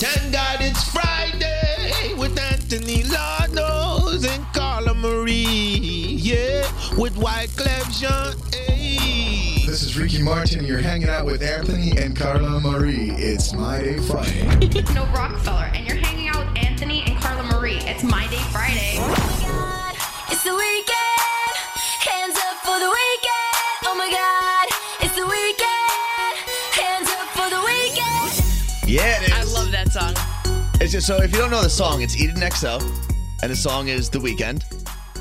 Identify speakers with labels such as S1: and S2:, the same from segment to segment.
S1: Thank God it's Friday with Anthony Larnos and Carla Marie. Yeah, with White Clef Jean. Hey.
S2: This is Ricky Martin, and you're hanging out with Anthony and Carla Marie. It's My Day Friday.
S3: No Rockefeller, and you're hanging out with Anthony and Carla Marie. It's My Day Friday.
S4: Oh It's the weekend. Hands up for the weekend. Oh my God. It's the weekend. Hands up for the weekend.
S5: Yeah, it is.
S6: I love that song.
S5: It's just, so if you don't know the song, it's Eden XO, and the song is The Weekend.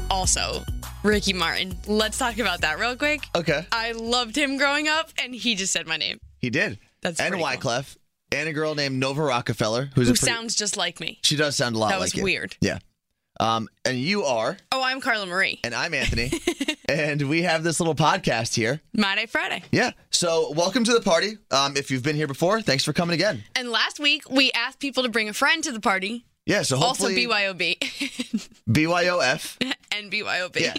S6: Also, Ricky Martin. Let's talk about that real quick.
S5: Okay,
S6: I loved him growing up, and he just said my name,
S5: he did.
S6: That's
S5: and
S6: pretty cool.
S5: Wyclef and a girl named Nova Rockefeller, who's
S6: who
S5: a pretty-
S6: sounds just like me.
S5: She does sound a lot
S6: That
S5: like
S6: was
S5: you.
S6: weird.
S5: Yeah. Um, and you are,
S6: Oh, I'm Carla Marie.
S5: and I'm Anthony, and we have this little podcast here.
S6: My Day Friday.
S5: Yeah. So welcome to the party. Um, if you've been here before, thanks for coming again.
S6: And last week we asked people to bring a friend to the party.
S5: Yeah. So
S6: Also
S5: hopefully
S6: BYOB
S5: BYOF.
S6: and BYOB.
S5: Yeah.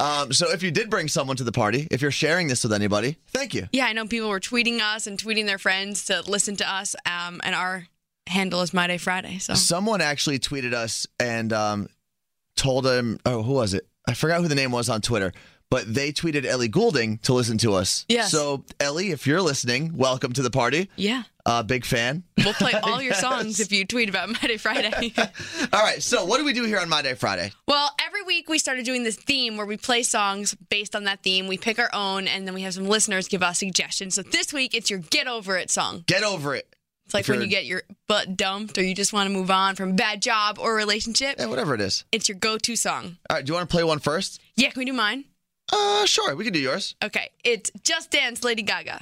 S5: Um, so if you did bring someone to the party, if you're sharing this with anybody, thank you.
S6: Yeah, I know people were tweeting us and tweeting their friends to listen to us. Um, and our handle is My Day Friday. So
S5: Someone actually tweeted us and um, told him, oh, who was it? I forgot who the name was on Twitter, but they tweeted Ellie Goulding to listen to us.
S6: Yes.
S5: So, Ellie, if you're listening, welcome to the party.
S6: yeah,
S5: Uh, big fan.
S6: we'll play all your songs if you tweet about My Day Friday.
S5: All right. So, what do we do here on My Day Friday?
S6: Well, every week we started doing this theme where we play songs based on that theme. We pick our own, and then we have some listeners give us suggestions. So this week it's your get over it song.
S5: Get over it.
S6: It's like
S5: If
S6: when
S5: you're-
S6: you get your butt dumped or you just want to move on from a bad job or relationship.
S5: Yeah, whatever it is.
S6: It's your go to song.
S5: All right. Do you want to play one first?
S6: Yeah, can we do mine?
S5: Uh, sure. We can do yours.
S6: Okay, it's Just Dance Lady Gaga.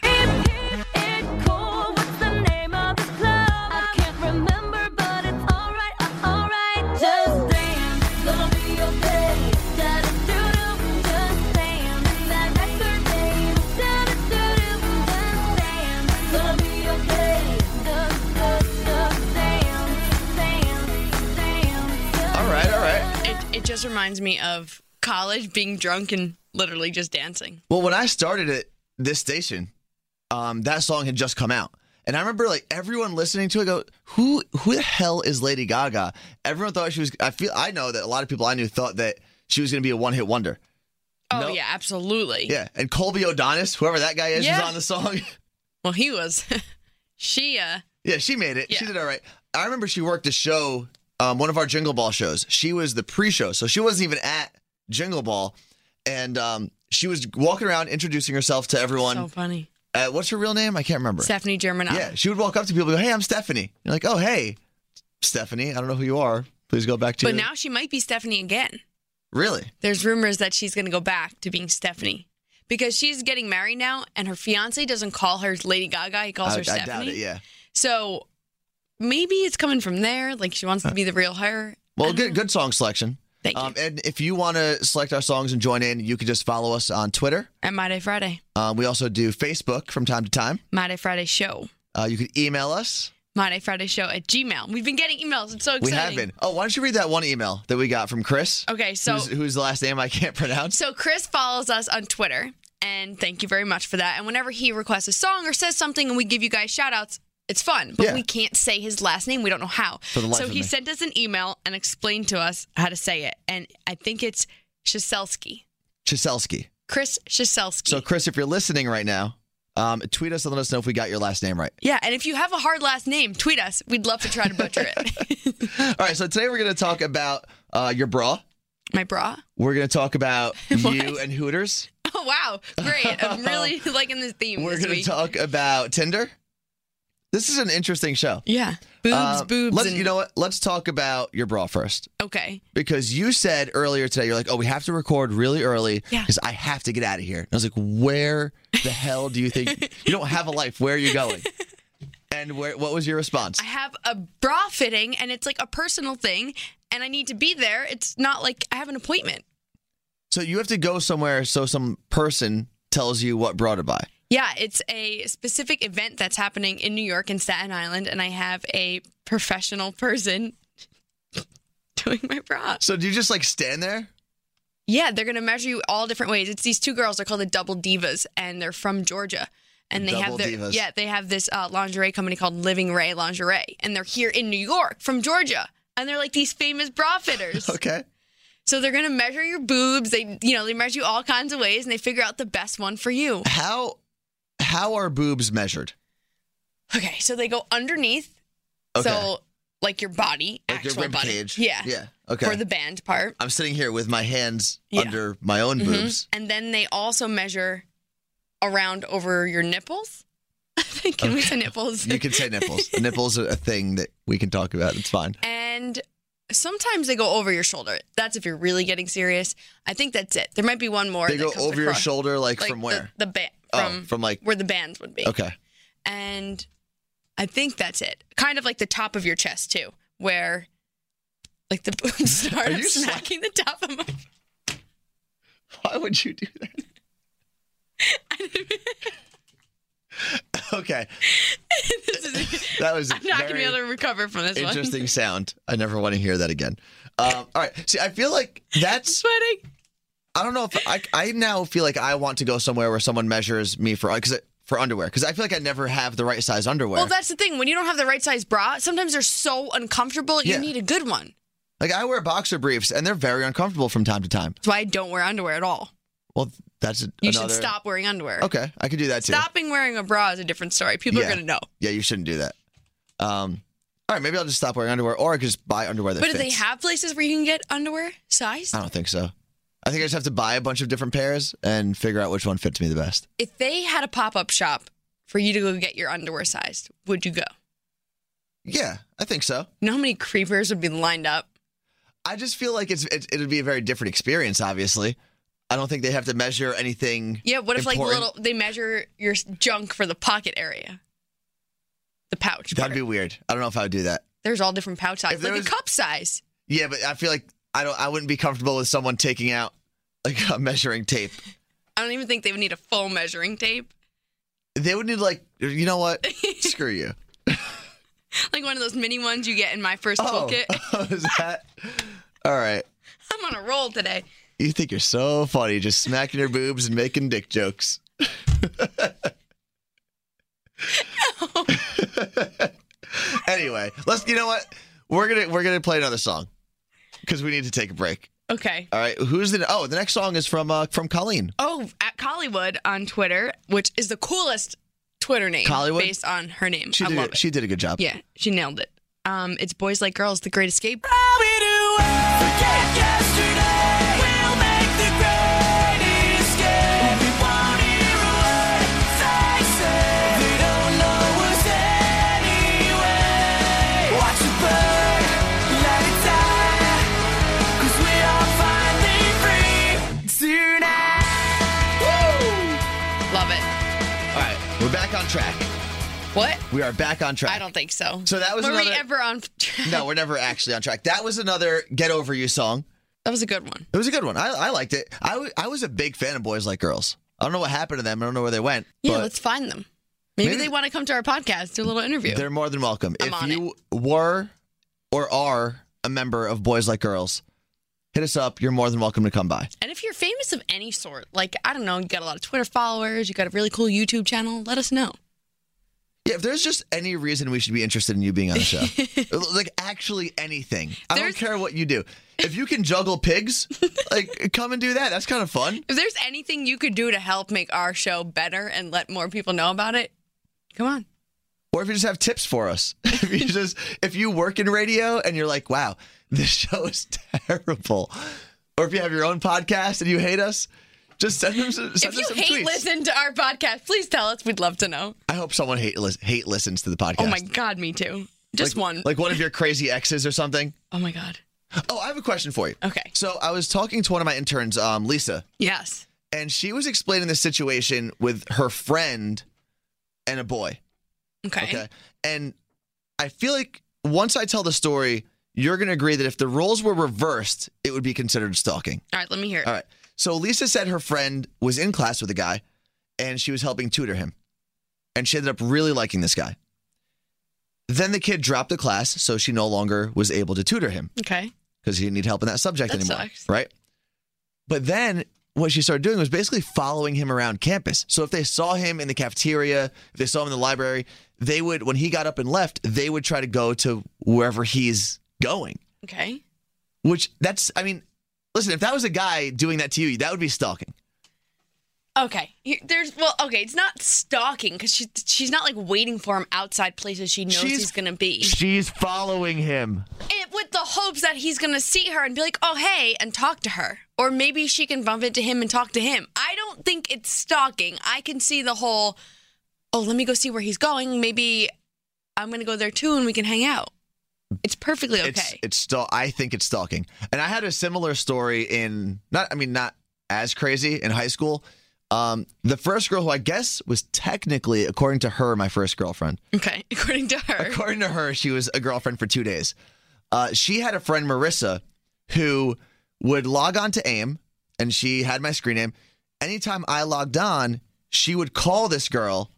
S4: It cool. What's the name of the club? I can't remember, but it's alright. Uh, alright. Just dance. Gonna be okay. Da-da-doo-doo. Just dance. That record name. Da-da-doo-doo. Just dance. Gonna be okay. Just, just, just dance. Dance. Dance.
S5: All right. All right.
S6: It, it just reminds me of college, being drunk, and literally just dancing.
S5: Well, when I started at this station, um, that song had just come out. And I remember like everyone listening to it go, Who who the hell is Lady Gaga? Everyone thought she was I feel I know that a lot of people I knew thought that she was gonna be a one hit wonder.
S6: Oh,
S5: No.
S6: yeah, absolutely.
S5: Yeah. And Colby Odonis, whoever that guy is,
S6: Yeah.
S5: was on the song.
S6: Well, he was. she, uh,
S5: yeah, she made it. She
S6: Yeah.
S5: did all right. I remember she worked a show, um, one of our Jingle Ball shows. She was the pre show, so she wasn't even at Jingle Ball. And um, she was walking around introducing herself to everyone.
S6: so funny.
S5: uh, what's her real name? I can't remember.
S6: Stephanie Germanotta.
S5: Yeah, she would walk up to people and go, "Hey, I'm Stephanie." You're like, "Oh, hey, Stephanie. I don't know who you are. Please go back to."
S6: But
S5: your-"
S6: now she might be Stephanie again.
S5: really,
S6: There's rumors that she's going to go back to being Stephanie because she's getting married now, and her fiance doesn't call her Lady Gaga; he calls
S5: I,
S6: her
S5: I
S6: Stephanie.
S5: doubt it. Yeah.
S6: So maybe it's coming from there. Like she wants to be the real her.
S5: Well, good good song selection.
S6: Thank you.
S5: Um, and if you want to select our songs and join in, you can just follow us on Twitter.
S6: At My Day Friday,
S5: Um, we also do Facebook from time to time.
S6: My Day Friday Show,
S5: Uh, you can email us.
S6: My Day Friday Show at Gmail. We've been getting emails. It's so
S5: We
S6: exciting.
S5: have been. Oh, why don't you read that one email that we got from Chris?
S6: Okay, so
S5: who's, who's the last name I can't pronounce?
S6: So Chris follows us on Twitter, and thank you very much for that. And whenever he requests a song or says something, and we give you guys shout outs, it's fun. But
S5: Yeah.
S6: we can't say his last name. We don't know how.
S5: the life
S6: so
S5: of
S6: he
S5: me.
S6: sent us an email and explained to us how to say it. And I think it's Shiselski.
S5: Chiselski.
S6: Chris Shiselski.
S5: So, Chris, if you're listening right now, um, tweet us and let us know if we got your last name right.
S6: yeah, and if you have a hard last name, tweet us. We'd love to try to butcher it.
S5: All right. So today we're going to talk about uh, your bra.
S6: My bra.
S5: We're going to talk about you and Hooters.
S6: Oh wow, great! I'm really liking this theme
S5: We're
S6: this
S5: going to
S6: week.
S5: talk about Tinder. This is an interesting show.
S6: yeah, boobs,
S5: Um,
S6: boobs,
S5: Let's,
S6: and
S5: You know what? Let's talk about your bra first.
S6: okay.
S5: Because you said earlier today, you're like, oh, we have to record really early
S6: Yeah.
S5: because I have to get out of here. And I was like, where the hell do you think? you don't have a life. Where are you going? And where, what was your response?
S6: I have a bra fitting and it's like a personal thing and I need to be there. It's not like I have an appointment.
S5: so you have to go somewhere so some person tells you what bra to buy.
S6: Yeah, it's a specific event that's happening in New York and Staten Island and I have a professional person doing my bra.
S5: So do you just like stand there?
S6: Yeah, they're going to measure you all different ways. It's these two girls, they're called the Double Divas and they're from Georgia. and they
S5: Double
S6: have their
S5: divas.
S6: yeah they have this uh, lingerie company called Living Ray Lingerie, and they're here in New York from Georgia, and they're like these famous bra fitters.
S5: Okay.
S6: So they're gonna measure your boobs. They you know they measure you all kinds of ways, and they figure out the best one for you.
S5: How how are boobs measured?
S6: Okay, so they go underneath.
S5: Okay.
S6: So like your body,
S5: Like
S6: actual
S5: your rib
S6: body.
S5: cage.
S6: Yeah.
S5: Yeah. Okay.
S6: Or the band part.
S5: I'm sitting here with my hands
S6: Yeah.
S5: under my own
S6: Mhm.
S5: boobs.
S6: And then they also measure around over your nipples. I think can we say nipples?
S5: You can say nipples. nipples are a thing that we can talk about. It's fine.
S6: and sometimes they go over your shoulder. That's if you're really getting serious. I think that's it. There might be one more.
S5: They
S6: that
S5: go
S6: comes
S5: over your
S6: across.
S5: shoulder, like,
S6: Like
S5: from
S6: the-
S5: where?
S6: The, band
S5: oh,
S6: from,
S5: from like.
S6: where the bands would be.
S5: Okay.
S6: And I think that's it. Kind of like the top of your chest too, where like the boobs start
S5: you sla-
S6: smacking the top of my
S5: Why would you do that? okay,
S6: this is,
S5: that was a
S6: I'm not gonna be
S5: very
S6: able to recover from this one.
S5: interesting sound. I never want to hear that again. Um, all right, see, I feel like that's
S6: Sweating.
S5: I don't know if I, I now feel like I want to go somewhere where someone measures me for because for underwear because I feel like I never have the right size underwear.
S6: Well, that's the thing. When you don't have the right size bra, sometimes they're so uncomfortable. You
S5: Yeah.
S6: need a good one.
S5: like I wear boxer briefs and they're very uncomfortable from time to time.
S6: That's why I don't wear underwear at all.
S5: Well, that's a,
S6: You
S5: another,
S6: should stop wearing underwear.
S5: Okay, I could do that too.
S6: Stopping wearing a bra is a different story. People
S5: Yeah.
S6: are gonna know.
S5: Yeah, you shouldn't do that. Um, all right, maybe I'll just stop wearing underwear or I could just buy underwear that
S6: But do
S5: fits.
S6: they have places where you can get underwear sized?
S5: I don't think so. I think I just have to buy a bunch of different pairs and figure out which one fits me the best.
S6: if they had a pop up shop for you to go get your underwear sized, would you go?
S5: Yeah, I think so.
S6: You know how many creepers would be lined up?
S5: I just feel like it's it, it'd be a very different experience. Obviously, I don't think they have to measure anything.
S6: Yeah, what if
S5: important.
S6: like little they measure your s- junk for the pocket area? The pouch.
S5: That'd be
S6: part.
S5: weird. I don't know if I would do that.
S6: There's all different pouch
S5: If
S6: sizes.
S5: there
S6: Like
S5: was-
S6: a cup size.
S5: Yeah, but I feel like I don't. I wouldn't be comfortable with someone taking out like a measuring tape.
S6: I don't even think they would need a full measuring tape.
S5: They would need like you know what? Screw you.
S6: Like one of those mini ones you get in my first
S5: Oh,
S6: toolkit.
S5: is that? All right.
S6: I'm on a roll today.
S5: You think you're so funny, just smacking your boobs and making dick jokes. anyway, let's. You know what? We're gonna we're gonna play another song because we need to take a break.
S6: Okay.
S5: All right. Who's the? Oh, the next song is from uh, from Colleen.
S6: Oh, at Collywood on Twitter, which is the coolest Twitter name
S5: Collywood?
S6: based on her name.
S5: She
S6: I
S5: did.
S6: love
S5: A,
S6: it.
S5: she did a good job.
S6: Yeah, she nailed it. Um, it's Boys Like Girls, The Great Escape. Love it.
S5: All right. We're back on track.
S6: What?
S5: We are back on track.
S6: I don't think so.
S5: So that was
S6: Were we
S5: another-
S6: ever on track?
S5: No, we're never actually on track. That was another "Get Over You" song.
S6: That was a good one.
S5: It was a good one. I, I liked it. I, w- I was a big fan of Boys Like Girls. I don't know what happened to them. I don't know where they went.
S6: Yeah,
S5: but
S6: let's find them. Maybe,
S5: Maybe-
S6: they want to come to our podcast, do a little interview.
S5: They're more than welcome.
S6: I'm
S5: if
S6: on
S5: you were or are a member of Boys Like Girls, hit us up. You're more than welcome to come by.
S6: And if you're famous of any sort, like, I don't know, you got a lot of Twitter followers, you got a really cool YouTube channel, let us know.
S5: Yeah, if there's just any reason we should be interested in you being on the show, like actually anything, I
S6: There's-
S5: don't care what you do. If you can juggle pigs, like come and do that. That's kind of fun.
S6: If there's anything you could do to help make our show better and let more people know about it, come on.
S5: Or if you just have tips for us, if you just if you work in radio and you're like, wow, this show is terrible, or if you have your own podcast and you hate us, just send them. Some, send
S6: if
S5: us
S6: you
S5: some
S6: hate
S5: tweets.
S6: listen to our podcast, please tell us. We'd love to know.
S5: I hope someone hate lis- hate listens to the podcast.
S6: Oh my God, me too. Just
S5: like,
S6: one.
S5: like one of your crazy exes or something.
S6: oh my God.
S5: Oh, I have a question for you.
S6: Okay.
S5: So I was talking to one of my interns, um, Lisa,
S6: Yes.
S5: and she was explaining the situation with her friend and a boy.
S6: Okay.
S5: Okay. And I feel like once I tell the story, you're going to agree that if the roles were reversed, it would be considered stalking.
S6: All right, let me hear it.
S5: All right. So Lisa said her friend was in class with a guy and she was helping tutor him. And she ended up really liking this guy. Then the kid dropped the class, so she no longer was able to tutor him
S6: Okay.
S5: because he didn't need help in that subject
S6: That
S5: anymore.
S6: sucks.
S5: Right. But then what she started doing was basically following him around campus. So if they saw him in the cafeteria, if they saw him in the library, they would, when he got up and left, they would try to go to wherever he's going.
S6: Okay.
S5: Which that's, I mean, listen, if that was a guy doing that to you, that would be stalking.
S6: Okay. Here- There's well, okay. It's not stalking because she she's not like waiting for him outside places she knows
S5: She's-
S6: he's gonna be.
S5: She's following him.
S6: It, with the hopes that he's gonna see her and be like, oh hey, and talk to her, or maybe she can bump into him and talk to him. I don't think it's stalking. I can see the whole. Oh, let me go see where he's going. Maybe I'm gonna go there too, and we can hang out. It's perfectly okay.
S5: It's it's still I think it's stalking. And I had a similar story in not I mean not as crazy in high school. Um, the first girl who I guess was technically, according to her, my first girlfriend.
S6: okay, according to her.
S5: According to her, she was a girlfriend for two days. Uh, she had a friend, Marissa, who would log on to AIM, and she had my screen name. Anytime I logged on, she would call this girl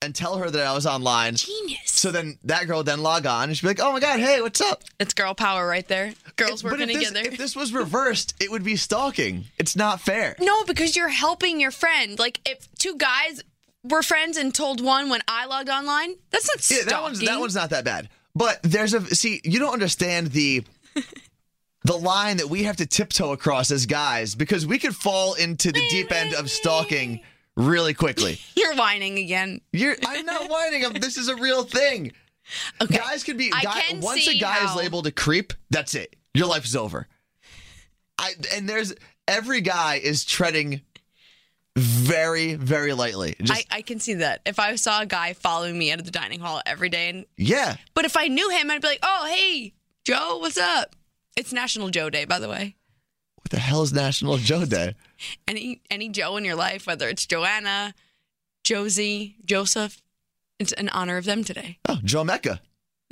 S5: and tell her that I was online.
S6: Genius.
S5: So then that girl would then log on and she'd be like, oh my God, hey, what's up?
S6: It's girl power right there. Girls
S5: But
S6: working
S5: if this,
S6: together.
S5: If this was reversed, it would be stalking. It's not fair.
S6: No, because you're helping your friend. Like if two guys were friends and told one when I logged online, that's not
S5: Yeah,
S6: stalking.
S5: that one's that one's not that bad. But there's a see, you don't understand the the line that we have to tiptoe across as guys because we could fall into the deep end of stalking really quickly.
S6: You're whining again.
S5: You're I'm not whining. I'm, this is a real thing.
S6: Okay.
S5: Guys could be
S6: I
S5: guy,
S6: can
S5: once a
S6: see
S5: guy is
S6: how-
S5: labeled a creep, that's it. Your life is over. I and there's every guy is treading very very lightly. Just
S6: I, I can see that. If I saw a guy following me out of the dining hall every day and
S5: yeah.
S6: but if I knew him, I'd be like, Oh hey, Joe, what's up? It's National Joe Day, by the way.
S5: What the hell is National Joe Day?
S6: Any any Joe in your life, whether it's Joanna, Josie, Joseph, it's in honor of them today.
S5: Oh, Joe Mecca.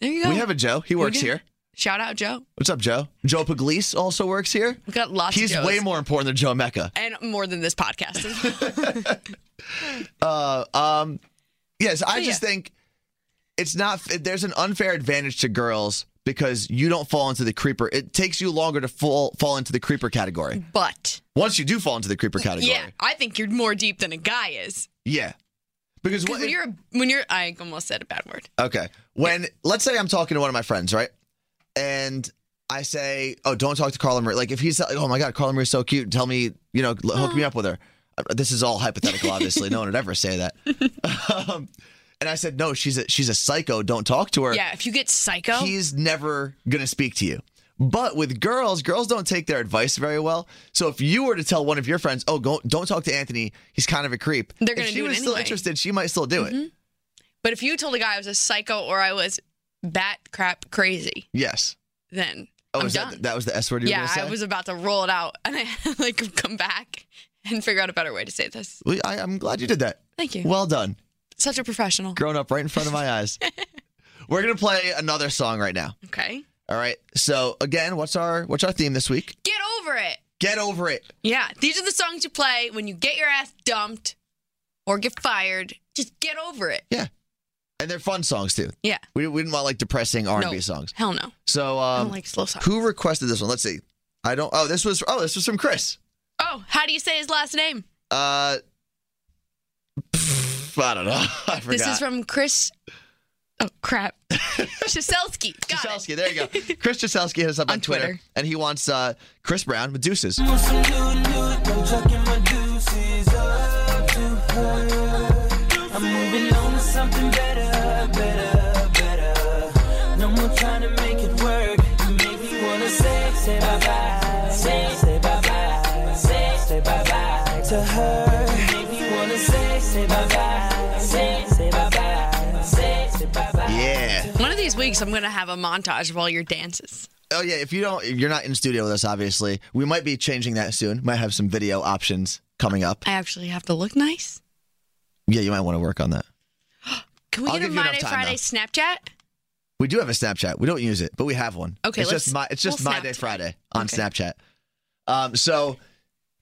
S6: There you go.
S5: We have a Joe. He works
S6: do.
S5: here.
S6: Shout out Joe.
S5: What's up, Joe? Joe Pugliese also works here.
S6: We've got lots
S5: He's
S6: of Joes.
S5: way more important than Joe Mecca.
S6: and more than this podcast.
S5: Uh, um, yes, I
S6: So,
S5: just think it's not. There's an unfair advantage to girls because you don't fall into the creeper. It takes you longer to fall fall into the creeper category.
S6: but
S5: Once you do fall into the creeper category,
S6: yeah, I think you're more deep than a guy is.
S5: yeah. Because
S6: 'Cause
S5: what
S6: when
S5: if-
S6: you're a- when you're I almost said a bad word.
S5: Okay. When let's say I'm talking to one of my friends, right? And I say, "Oh, don't talk to Carla Marie." Like if he's like, "Oh my God, Carla Marie's so cute," tell me, you know, l- hook me up with her. Uh, This is all hypothetical, obviously. no one would ever say that. um, and I said, "No, she's a she's a psycho. Don't talk to her."
S6: Yeah, if you get psycho,
S5: He's never gonna speak to you. But with girls, girls don't take their advice very well. So if you were to tell one of your friends, "Oh, go, don't talk to Anthony. He's kind of a creep,"
S6: They're gonna
S5: if she
S6: do it
S5: was still
S6: anyway. Mm-hmm.
S5: interested, she might still do it.
S6: but if you told a guy I was a psycho or I was bat crap crazy,
S5: Yes.
S6: then
S5: Oh,
S6: I'm
S5: is
S6: done.
S5: that that was the S word you were
S6: yeah,
S5: gonna say?
S6: I was about to roll it out and I like come back and figure out a better way to say this.
S5: Well, I, I'm glad you did that.
S6: Thank you.
S5: Well done.
S6: Such a professional.
S5: Grown up right in front of my eyes. We're gonna play another song right now.
S6: Okay,
S5: All right. So again, what's our what's our theme this week?
S6: get over it.
S5: Get over it.
S6: Yeah, these are the songs you play when you get your ass dumped or get fired. Just get over it.
S5: Yeah. And they're fun songs too.
S6: Yeah.
S5: We, we didn't want like depressing R and B
S6: No. Oh
S5: songs.
S6: Hell no.
S5: So
S6: I
S5: um,
S6: don't like slow songs.
S5: who requested this one? Let's see. I don't. Oh, this was. Oh, this was from Chris.
S6: Oh, how do you say his last name?
S5: Uh, pff, I don't know. I forgot.
S6: This is from Chris. Oh crap, Shiselski. Got
S5: Jaselski, there you go. Chris Jaselski hit us up on,
S6: On Twitter.
S5: and he wants uh, Chris Brown with Deuces. Yeah.
S6: it. One of these weeks, I'm gonna have a montage of all your dances.
S5: Oh yeah. If you don't, if you're not in studio with us, obviously, we might be changing that soon. Might have some video options coming up.
S6: I actually have to look nice.
S5: Yeah, you might want to work on that.
S6: Can we
S5: I'll
S6: get a
S5: give you enough
S6: My Day
S5: time,
S6: Friday
S5: though.
S6: Snapchat?
S5: We do have a Snapchat. We don't use it, but we have one.
S6: Okay,
S5: It's just
S6: let's-
S5: my. It's just
S6: we'll
S5: my day
S6: Snapchat.
S5: Friday on
S6: Okay.
S5: Snapchat. Um. So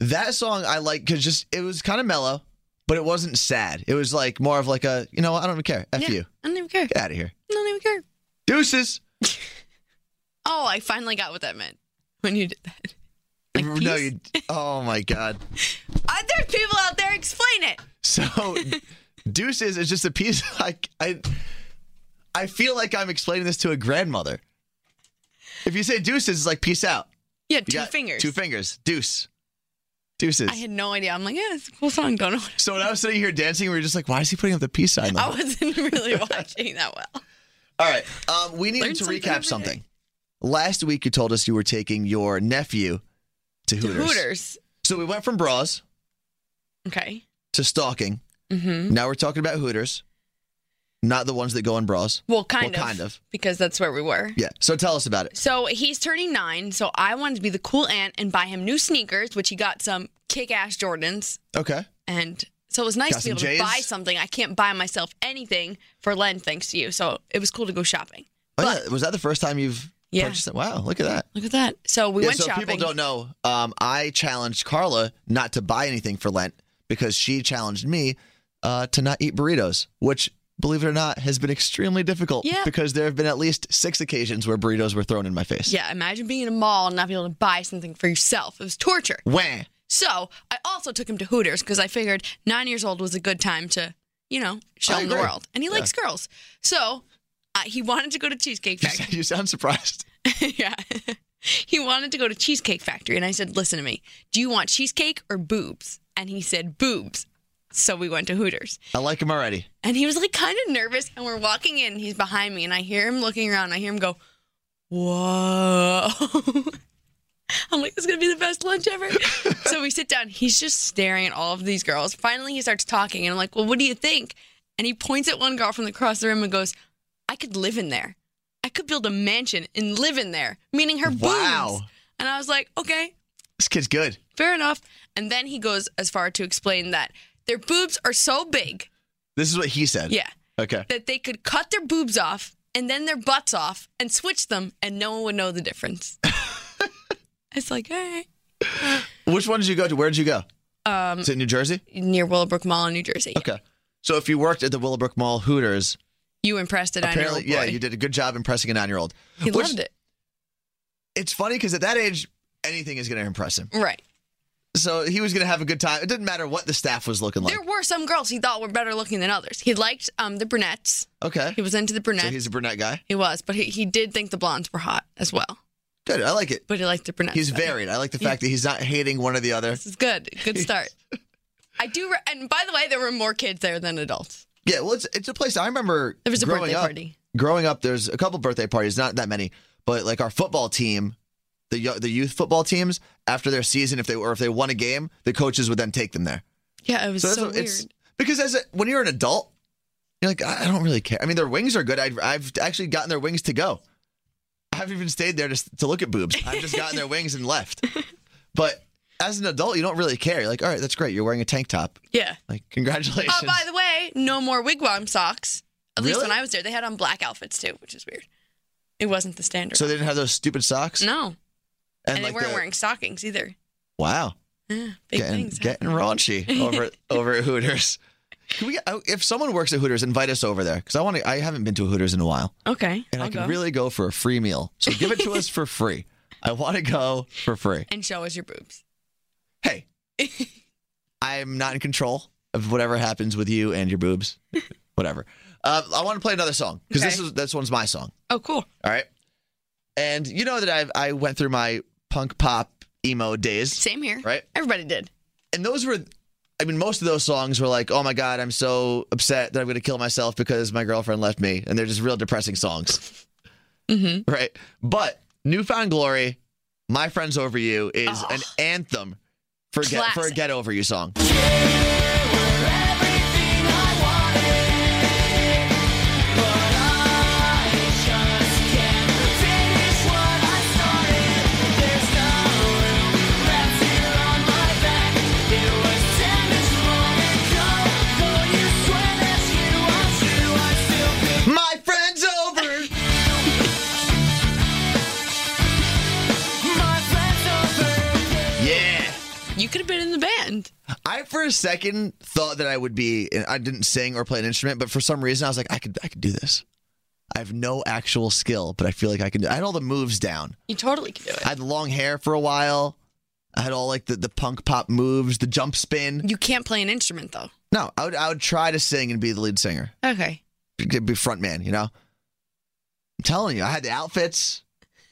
S5: that song I like because just it was kind of mellow, but it wasn't sad. It was like more of like a you know what, I don't even care. F
S6: Yeah.
S5: you.
S6: I don't even care.
S5: Get out of here.
S6: I don't even care.
S5: Deuces.
S6: Oh, I finally got what that meant when you did that.
S5: no, you. Oh my god.
S6: Uh, there's people out there. Explain it.
S5: So deuces is just a piece. Like I, I feel like I'm explaining this to a grandmother. If you say deuces, it's like peace out.
S6: Yeah, two
S5: You got
S6: fingers.
S5: Two fingers. Deuce. Deuces.
S6: I had no idea. I'm like, yeah, it's a cool song. Don't know. what-
S5: so when I was sitting here dancing, we were just like, why is he putting up the peace sign?
S6: I
S5: Like,
S6: wasn't really watching that well.
S5: All right. Um, we needed
S6: Learn
S5: to
S6: something every
S5: recap
S6: day.
S5: something. Last week, you told us you were taking your nephew to Hooters.
S6: Hooters.
S5: So we went from bras
S6: Okay.
S5: to stalking.
S6: Mm-hmm.
S5: Now we're talking about Hooters, not the ones that go in bras.
S6: Well, kind
S5: Well,
S6: of.
S5: kind of.
S6: Because that's where we were.
S5: Yeah. So tell us about it.
S6: So he's turning nine. So I wanted to be the cool aunt and buy him new sneakers, which he got some kick ass Jordans.
S5: Okay. Oh,
S6: And so it was nice
S5: Got
S6: to be able
S5: some
S6: to buy
S5: J's?
S6: something. I can't buy myself anything for Len, thanks to you. So it was cool to go shopping.
S5: Oh, yeah. Was that the first time you've
S6: Yeah.
S5: purchased it? Wow. Look at that.
S6: Look at that. So we
S5: yeah,
S6: went
S5: so
S6: shopping.
S5: people don't know, um, I challenged Carla not to buy anything for Lent because she challenged me uh, to not eat burritos, which, believe it or not, has been extremely difficult
S6: Yeah.
S5: because there have been at least six occasions where burritos were thrown in my face.
S6: yeah, imagine being in a mall and not being able to buy something for yourself. It was torture.
S5: Wah.
S6: So I also took him to Hooters because I figured nine years old was a good time to, you know, show
S5: I
S6: him the
S5: agree.
S6: world. And he likes girls. So uh, he wanted to go to Cheesecake
S5: You
S6: Factory.
S5: sound- You sound surprised.
S6: yeah. he wanted to go to Cheesecake Factory. And I said, listen to me. Do you want cheesecake or boobs? And he said, boobs. So we went to Hooters.
S5: I like him already.
S6: And he was like kind of nervous. And we're walking in. He's behind me. And I hear him looking around. I hear him go, Whoa. I'm like, this is going to be the best lunch ever. so we sit down. He's just staring at all of these girls. Finally, he starts talking. And I'm like, Well, what do you think? And he points at one girl from across the room and goes, I could live in there. I could build a mansion and live in there, meaning her
S5: Wow.
S6: boobs. And I was like, Okay,
S5: This kid's good.
S6: fair enough. And then he goes as far to explain that their boobs are so big.
S5: This is what he said.
S6: Yeah
S5: Okay.
S6: that they could cut their boobs off and then their butts off and switch them, and no one would know the difference. it's like, all right.
S5: Which one did you go to? Where did you go? Um, is it New Jersey?
S6: Near Willowbrook Mall in New Jersey.
S5: Okay. So if you worked at the Willowbrook Mall Hooters,
S6: You impressed a nine year old
S5: apparently,
S6: boy.
S5: yeah, you did a good job impressing a nine-year-old.
S6: He
S5: Which-
S6: loved it.
S5: It's funny because at that age, anything is going to impress him.
S6: Right.
S5: So he was going to have a good time. It didn't matter what the staff was looking like.
S6: There were some girls he thought were better looking than others. He liked um, the brunettes.
S5: Okay.
S6: He was into the
S5: So
S6: brunettes.
S5: he's a brunette guy.
S6: he was, but he, he did think the blondes were hot as well.
S5: Good. I like it.
S6: But he liked the brunettes.
S5: He's
S6: better.
S5: varied. I like the
S6: Yeah.
S5: fact that he's not hating one or the other.
S6: This is good. Good start. I do. Re- and by the way, there were more kids there than adults.
S5: Yeah. Well, it's it's a place I remember.
S6: There was a
S5: growing
S6: birthday
S5: up-
S6: party.
S5: Growing up, there's a couple birthday parties. Not that many, but like our football team, the yo- the youth football teams after their season, if they or if they won a game, the coaches would then take them there.
S6: Yeah, it was so,
S5: that's
S6: weird.
S5: what- it's because as a, when you're an adult, you're like, I, I don't really care. I mean, their wings are good. I'd, I've actually gotten their wings to go. I haven't even stayed there to, to look at boobs. I've just gotten their wings and left. But as an adult, you don't really care. You're like, all right, that's great. You're wearing a tank top.
S6: yeah.
S5: Like, congratulations.
S6: Oh, by the way, no more wigwam socks. At least
S5: Really?
S6: when I was there, they had on black outfits too, which is weird. It wasn't the standard.
S5: so they didn't have those stupid socks.
S6: no, and, they
S5: like,
S6: weren't
S5: the-
S6: wearing stockings either.
S5: Wow,
S6: Yeah, big
S5: getting
S6: things.
S5: getting raunchy over at- over at Hooters. Can we? I- If someone works at Hooters, invite us over there because I want to. I haven't been to a Hooters in a while.
S6: Okay,
S5: and i
S6: I'll
S5: can
S6: go.
S5: really go for a free meal. So give it to us for free. I want to go for free.
S6: and show us your boobs.
S5: Hey, I'm not in control of whatever happens with you and your boobs. Whatever. Uh, I want to play another song because this
S6: Okay.
S5: is this one's my song.
S6: Oh, cool.
S5: All right. And you know that I I went through my punk pop emo days,
S6: Same here.
S5: right?
S6: Everybody did.
S5: And those were. I mean, most of those songs were like, "Oh my God, I'm so upset that I'm going to kill myself because my girlfriend left me," and they're just real depressing songs.
S6: Mm-hmm.
S5: Right. But Newfound Glory, My Friends Over You is an anthem for get, for a
S6: Classic.
S5: get over you song. My friends over. yeah.
S6: You could have been in the band.
S5: I for a second thought that I would be and I didn't sing or play an instrument, but for some reason I was like, I could I could do this. I have no actual skill, but I feel like I can do I had all the moves down.
S6: You totally could do it.
S5: I had long hair for a while. I had all like the, the punk pop moves, the jump spin.
S6: You can't play an instrument though.
S5: No, I would I would try to sing and be the lead singer,
S6: Okay.
S5: be be front man. You know, I'm telling you, I had the outfits.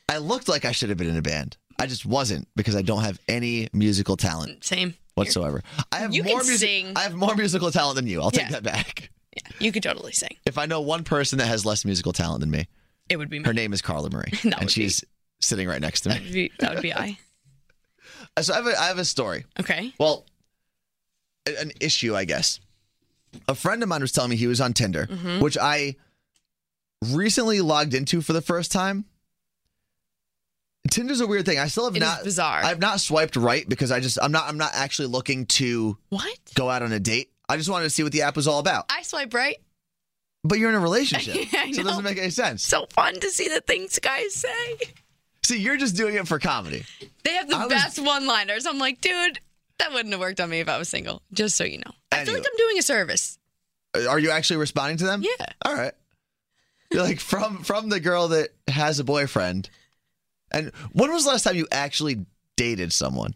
S5: I looked like I should have been in a band. I just wasn't because I don't have any musical talent
S6: Same.
S5: whatsoever. I have
S6: You
S5: more
S6: can
S5: musi-
S6: sing.
S5: I have more musical talent than you. I'll take
S6: Yeah.
S5: that back.
S6: You could totally sing.
S5: If I know one person that has less musical talent than me,
S6: It would be me.
S5: her name is Carla Marie,
S6: That would
S5: and she's sitting right next to
S6: That
S5: me.
S6: would be, that would be I.
S5: So I have a, I have a story.
S6: Okay.
S5: Well, a- an issue, I guess. A friend of mine was telling me he was on Tinder,
S6: Mm-hmm.
S5: which I recently logged into for the first time. Tinder's a weird thing. I still have
S6: It is
S5: not
S6: bizarre.
S5: I've not swiped right because I just I'm not I'm not actually looking to
S6: What?
S5: go out on a date. I just wanted to see what the app was all about.
S6: I swipe right.
S5: But you're in a relationship.
S6: I
S5: so it
S6: know.
S5: doesn't make any sense.
S6: So fun to see the things guys say.
S5: See, you're just doing it for comedy.
S6: They have the
S5: I was-
S6: best one-liners. I'm like, dude, that wouldn't have worked on me if I was single. Just so you know, I feel
S5: Anyway.
S6: like I'm doing a service.
S5: Are you actually responding to them?
S6: Yeah.
S5: All right. You're like from from the girl that has a boyfriend. And when was the last time you actually dated someone?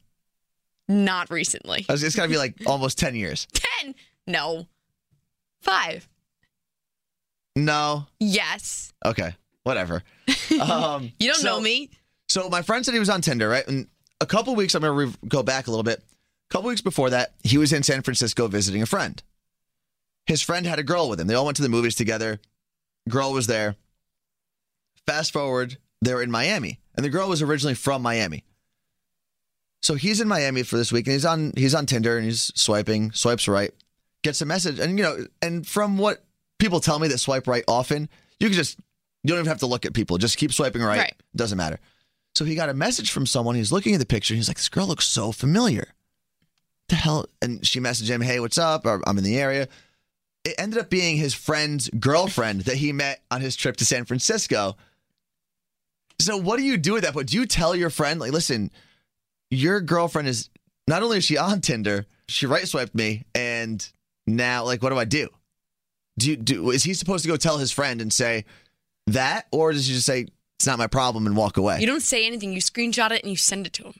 S6: Not recently.
S5: I was- It's got to be like almost ten years.
S6: Ten? No. Five?
S5: No.
S6: Yes.
S5: Okay. Whatever. Um,
S6: You don't
S5: so-
S6: know me.
S5: So my friend said he was on Tinder, right? And a couple weeks, I'm gonna re- go back a little bit. A couple weeks before that, he was in San Francisco visiting a friend. His friend had a girl with him. They all went to the movies together. Girl was there. Fast forward, they're in Miami, and the girl was originally from Miami. So he's in Miami for this week, and he's on he's on Tinder, and he's swiping, swipes right, gets a message, and you know, and from what people tell me that swipe right often, you can just you don't even have to look at people, just keep swiping right.
S6: Right.
S5: Doesn't matter. So he got a message from someone. He's looking at the picture. He's like, "This girl looks so familiar." The hell? And she messaged him, "Hey, what's up? Or, I'm in the area." It ended up being his friend's girlfriend that he met on his trip to San Francisco. So what do you do at that point? Do you tell your friend, like, listen, your girlfriend is not only is she on Tinder, she right swiped me, and now like, what do I do? Do you do? Is he supposed to go tell his friend and say that, or does he just say it's not my problem and walk away?
S6: You don't say anything. You screenshot it and you send it to him.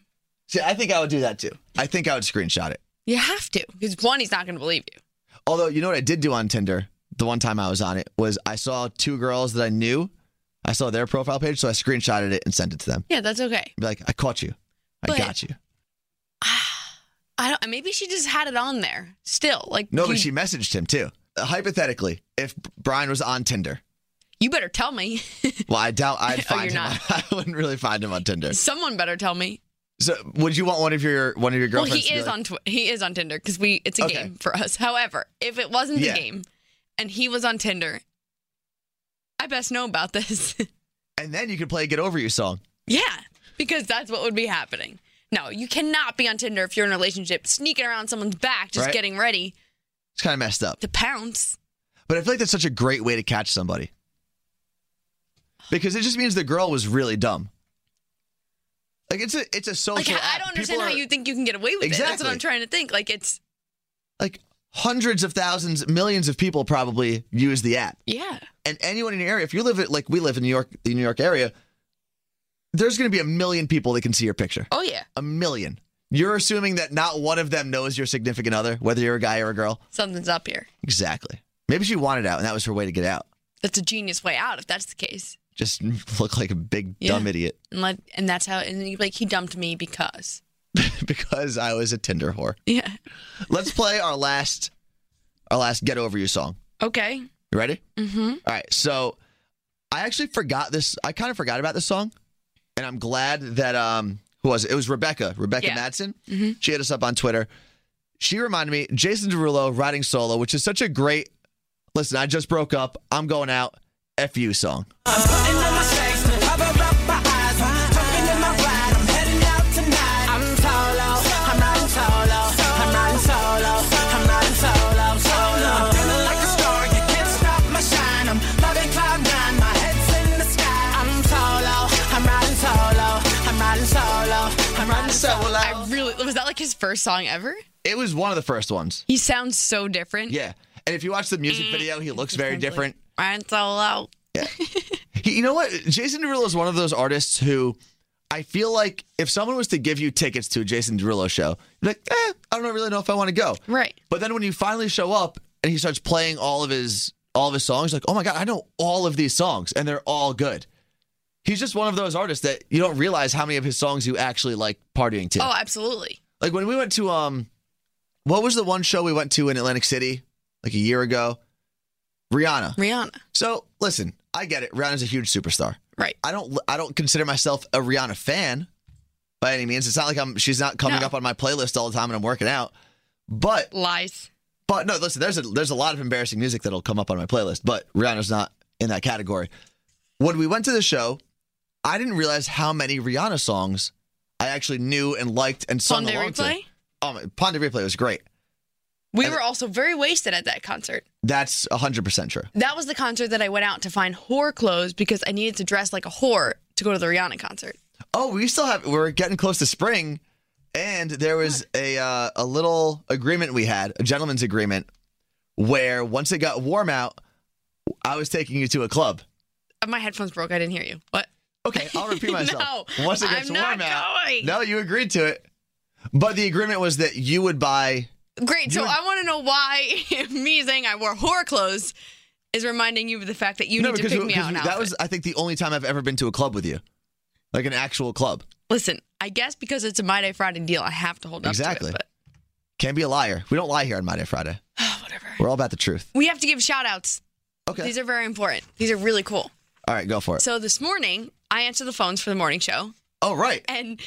S5: See, I think I would do that too. I think I would screenshot it.
S6: You have to, because one, he's not going to believe you.
S5: Although, you know what I did do on Tinder the one time I was on it was I saw two girls that I knew. I saw their profile page, so I screenshotted it and sent it to them.
S6: Yeah, that's okay.
S5: Be like, I caught you. I
S6: But-
S5: got you.
S6: I don't. Maybe she just had it on there still. Like
S5: No,
S6: you,
S5: but she messaged him too. Uh, Hypothetically, if Brian was on Tinder,
S6: You better tell me.
S5: well, I doubt
S6: Oh,
S5: I'd find
S6: you're
S5: him.
S6: not.
S5: I wouldn't really find him on Tinder.
S6: Someone better tell me.
S5: So, would you want one of your one of your
S6: Well,
S5: girlfriends?
S6: he
S5: to be
S6: is
S5: like-
S6: on Twi- he is on Tinder because we it's a
S5: Okay.
S6: game for us. However, if it wasn't
S5: Yeah.
S6: the game and he was on Tinder, I best know about this.
S5: and then you could play a "Get Over You" song.
S6: yeah, because that's what would be happening. No, you cannot be on Tinder if you're in a relationship, sneaking around someone's back, just
S5: Right.
S6: getting ready
S5: It's kind of messed up.
S6: to pounce.
S5: But I feel like that's such a great way to catch somebody. Because it just means the girl was really dumb. Like it's a it's a
S6: Like
S5: social.
S6: I don't
S5: app. Oh, uh, People
S6: understand how
S5: are-
S6: you think you can get away with it. That's what
S5: Exactly.
S6: I'm trying to think. Like it's
S5: like hundreds of thousands, millions of people probably use the app.
S6: yeah,
S5: And anyone in your area, if you live at, like we live in New York, the New York area, there's going to be a million people that can see your picture.
S6: oh yeah,
S5: A million. You're assuming that not one of them knows your significant other, whether you're a guy or a girl.
S6: something's up here.
S5: Exactly. Maybe she wanted out, and that was her way to get out.
S6: That's a genius way out if that's the case.
S5: Just look like a big
S6: Yeah.
S5: dumb idiot.
S6: And let and that's how and then you're like he dumped me because
S5: because I was a Tinder whore.
S6: yeah
S5: Let's play our last our last get over you song.
S6: okay
S5: You ready? Mm-hmm. right. So I actually forgot this. I kind of forgot about this song, and I'm glad that um who was it? It was Rebecca. Rebecca
S6: Yeah.
S5: Madsen. She hit us up on Twitter. She reminded me Jason Derulo riding solo, which is such a great. Listen, I just broke up. I'm going out. F you song.
S7: Putting on my shades, cover up my eyes. Jumping in my ride, I'm heading out tonight. I'm solo, I'm riding solo, I'm riding solo, I'm riding solo, solo. I'm feeling like a star, you can't stop my shine. I'm loving cloud nine, my head's in the sky. I'm solo, I'm riding solo, I'm riding solo, I'm riding solo.
S6: I really was that like his first song ever?
S5: It was one of the first ones.
S6: He sounds so different.
S5: Yeah. And if you watch the music video, he looks very different.
S6: Ryan Solo.
S5: He, you know what? Jason Derulo is one of those artists who I feel like if someone was to give you tickets to a Jason Derulo show, you're like, eh, I don't really know if I want to go.
S6: Right.
S5: But then when you finally show up and he starts playing all of his all of his songs, like, oh my god, I know all of these songs and they're all good. He's just one of those artists that you don't realize how many of his songs you actually like partying to.
S6: Oh, absolutely.
S5: Like when we went to um, what was the one show we went to in Atlantic City like a year ago? Rihanna.
S6: Rihanna.
S5: So listen, I get it. Rihanna's a huge superstar.
S6: Right.
S5: I don't. I don't consider myself a Rihanna fan by any means. It's not like I'm. She's not coming
S6: No.
S5: up on my playlist all the time, and I'm working out. But
S6: Lies.
S5: but no, listen. There's a there's a lot of embarrassing music that'll come up on my playlist, but Rihanna's not in that category. When we went to the show, I didn't realize how many Rihanna songs I actually knew and liked and sung
S6: Sunday
S5: along
S6: replay.
S5: to. Oh, my, Ponder Replay was great.
S6: We were also very wasted at that concert.
S5: That's 100% true.
S6: That was the concert that I went out to find whore clothes because I needed to dress like a whore to go to the Rihanna concert.
S5: Oh, we still have. We're getting close to spring, and there was a uh, a little agreement we had, a gentleman's agreement, where once it got warm out, I was taking you to a club.
S6: Uh, My headphones broke. I didn't hear you. What?
S5: Okay, I'll repeat myself.
S6: No,
S5: once it gets
S6: I'm not
S5: warm out,
S6: going.
S5: no, you agreed to it. But the agreement was that you would buy.
S6: Great. So
S5: You-
S6: I want to know why me saying I wore whore clothes is reminding you of the fact that you
S5: no,
S6: need to
S5: because
S6: pick
S5: we-
S6: me
S5: because
S6: out.
S5: we-
S6: An
S5: that
S6: outfit.
S5: was, I think, the only time I've ever been to a club with you, like an actual club.
S6: Listen, I guess because it's a My Day Friday deal, I have to hold up
S5: Exactly.
S6: to it.
S5: Can't be a liar. We don't lie here on My Day Friday.
S6: But oh, whatever.
S5: We're all about the truth.
S6: We have to give shout outs.
S5: Okay.
S6: These are very important. These are really cool.
S5: all right, go for it.
S6: So this morning, I answered the phones for the morning show,
S5: oh, right.
S6: and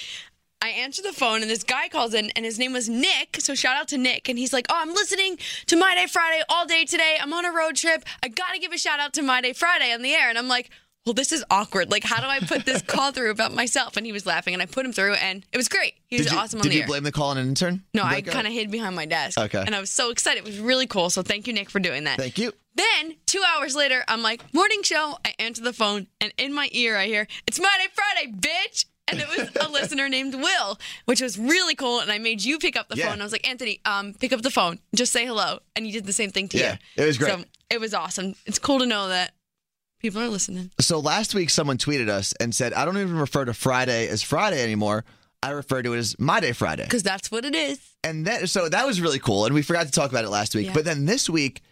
S6: I answered the phone, and this guy calls in, and his name was Nick. So shout out to Nick, and he's like, "Oh, I'm listening to My Day Friday all day today. I'm on a road trip. I gotta give a shout out to My Day Friday on the air." And I'm like, "Well, this is awkward. Like, how do I put this call through about myself?" And he was laughing, and I put him through, and it was great. He was
S5: did you,
S6: awesome on
S5: did
S6: the
S5: you
S6: air.
S5: blame the call on an intern?
S6: no, I
S5: Like, uh,
S6: kind of hid behind my desk.
S5: Okay.
S6: And I was so excited. It was really cool. So thank you, Nick, for doing that.
S5: Thank you.
S6: Then two hours later, I'm like, morning show. I answer the phone, and in my ear, I hear, it's Monday, Friday, bitch. And it was a listener named Will, which was really cool. And I made you pick up the
S5: Yeah.
S6: phone. I was like, Anthony, um, pick up the phone. Just say hello. And you did the same thing to
S5: Yeah,
S6: you.
S5: it was great.
S6: So it was awesome. It's cool to know that people are listening.
S5: So last week, someone tweeted us and said, I don't even refer to Friday as Friday anymore. I refer to it as My Day Friday.
S6: Because that's what it is.
S5: And that, so that was really cool. And we forgot to talk about it last week.
S6: Yeah.
S5: But then this week,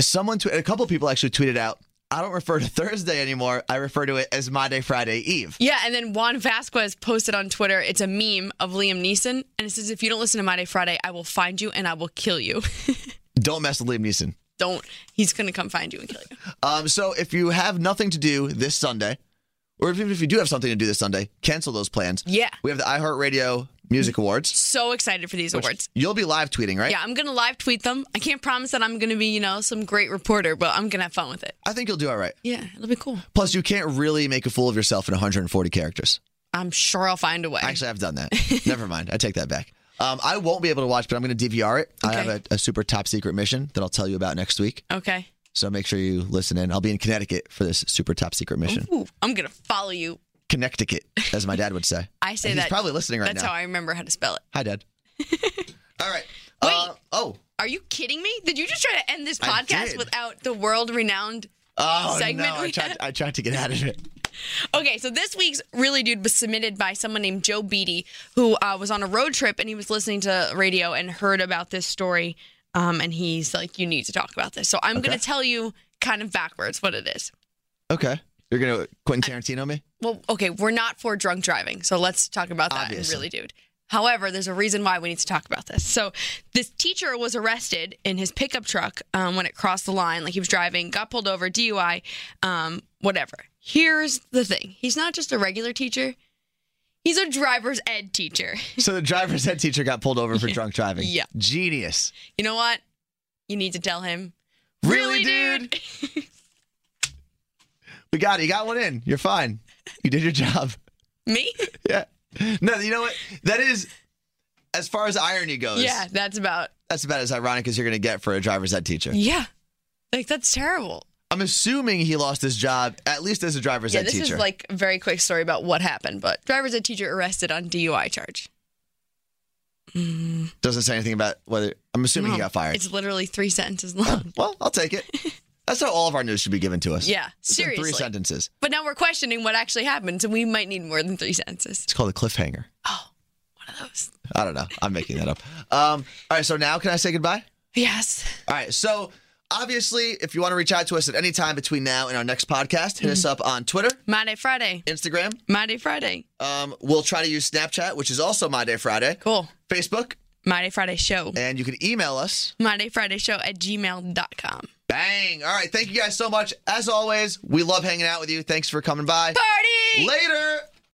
S5: someone, tw- a couple people actually tweeted out, I don't refer to Thursday anymore. I refer to it as My Day Friday Eve.
S6: Yeah, and then Juan Vasquez posted on Twitter, it's a meme of Liam Neeson, and it says, if you don't listen to My Day Friday, I will find you and I will kill you.
S5: Don't mess with Liam Neeson.
S6: don't. He's going to come find you and kill you.
S5: Um, so if you have nothing to do this Sunday, or even if you do have something to do this Sunday, cancel those plans.
S6: Yeah.
S5: We have the iHeartRadio Music Awards.
S6: So excited for these awards.
S5: You'll be live tweeting, right?
S6: Yeah, I'm going to live tweet them. I can't promise that I'm going to be, you know, some great reporter, but I'm going to have fun with it.
S5: I think you'll do all right.
S6: Yeah, it'll be cool.
S5: Plus, you can't really make a fool of yourself in 140 characters.
S6: I'm sure I'll find a way.
S5: Actually, I've done that. Never mind. I take that back. Um, I won't be able to watch, but I'm going to DVR it. I have
S6: Okay.
S5: a, a super top secret mission that I'll tell you about next week.
S6: okay.
S5: So make sure you listen in. I'll be in Connecticut for this super top secret mission.
S6: Ooh, I'm going to follow you.
S5: Connecticut, as my dad would say.
S6: I say
S5: And
S6: that.
S5: He's probably listening right
S6: That's
S5: now.
S6: how I remember how to spell it.
S5: Hi, Dad. All right.
S6: Wait.
S5: Uh, oh.
S6: Are you kidding me? Did you just try to end this
S5: I
S6: podcast
S5: did.
S6: without the world renowned
S5: Oh
S6: segment
S5: no! I
S6: we
S5: tried,
S6: had?
S5: I tried to get out of it.
S6: Okay, so this week's Really Dude was submitted by someone named Joe Beatty, who uh, was on a road trip and he was listening to radio and heard about this story. Um, and he's like, You need to talk about this. So I'm going
S5: Okay.
S6: to tell you kind of backwards what it is.
S5: Okay. You're gonna Quentin Tarantino me?
S6: Well, okay, we're not for drunk driving. So let's talk about that and
S5: Obviously.
S6: Really Dude. However, there's a reason why we need to talk about this. So, this teacher was arrested in his pickup truck um, when it crossed the line. Like he was driving, got pulled over, DUI, um, whatever. Here's the thing he's not just a regular teacher, he's a driver's ed teacher.
S5: So the driver's head teacher got pulled over for drunk driving.
S6: Yeah.
S5: Genius.
S6: You know what? You need to tell him.
S5: Really, dude? We got it. You got one in. You're fine. You did your job.
S6: Me?
S5: Yeah. No, you know what? That is, as far as irony goes,
S6: Yeah, that's about.
S5: that's about as ironic as you're going to get for a driver's ed teacher.
S6: Yeah. Like, that's terrible.
S5: I'm assuming he lost his job, at least as a driver's
S6: Yeah,
S5: ed
S6: this
S5: teacher.
S6: is like a very quick story about what happened, but driver's ed teacher arrested on DUI charge.
S5: Doesn't say anything about whether, I'm assuming he
S6: No,
S5: got fired.
S6: It's literally three sentences long.
S5: Well, I'll take it. That's how all of our news should be given to us.
S6: Yeah,
S5: It's in
S6: seriously.
S5: three sentences.
S6: But now we're questioning what actually happened, so we might need more than three sentences.
S5: It's called a cliffhanger.
S6: One of those.
S5: I don't know. I'm making that up. Um, all right. So now, can I say goodbye?
S6: Yes.
S5: All right. So obviously, if you want to reach out to us at any time between now and our next podcast, hit us up on Twitter,
S6: My Day Friday.
S5: Instagram.
S6: My Day Friday.
S5: Um, we'll try to use Snapchat, which is also My Day Friday,
S6: Cool.
S5: Facebook,
S6: My Day Friday Show.
S5: and you can email us.
S6: My Day Friday Show at gmail.com.
S5: Bang. All right. Thank you guys so much. As always, we love hanging out with you. Thanks for coming by.
S6: Party!
S5: Later.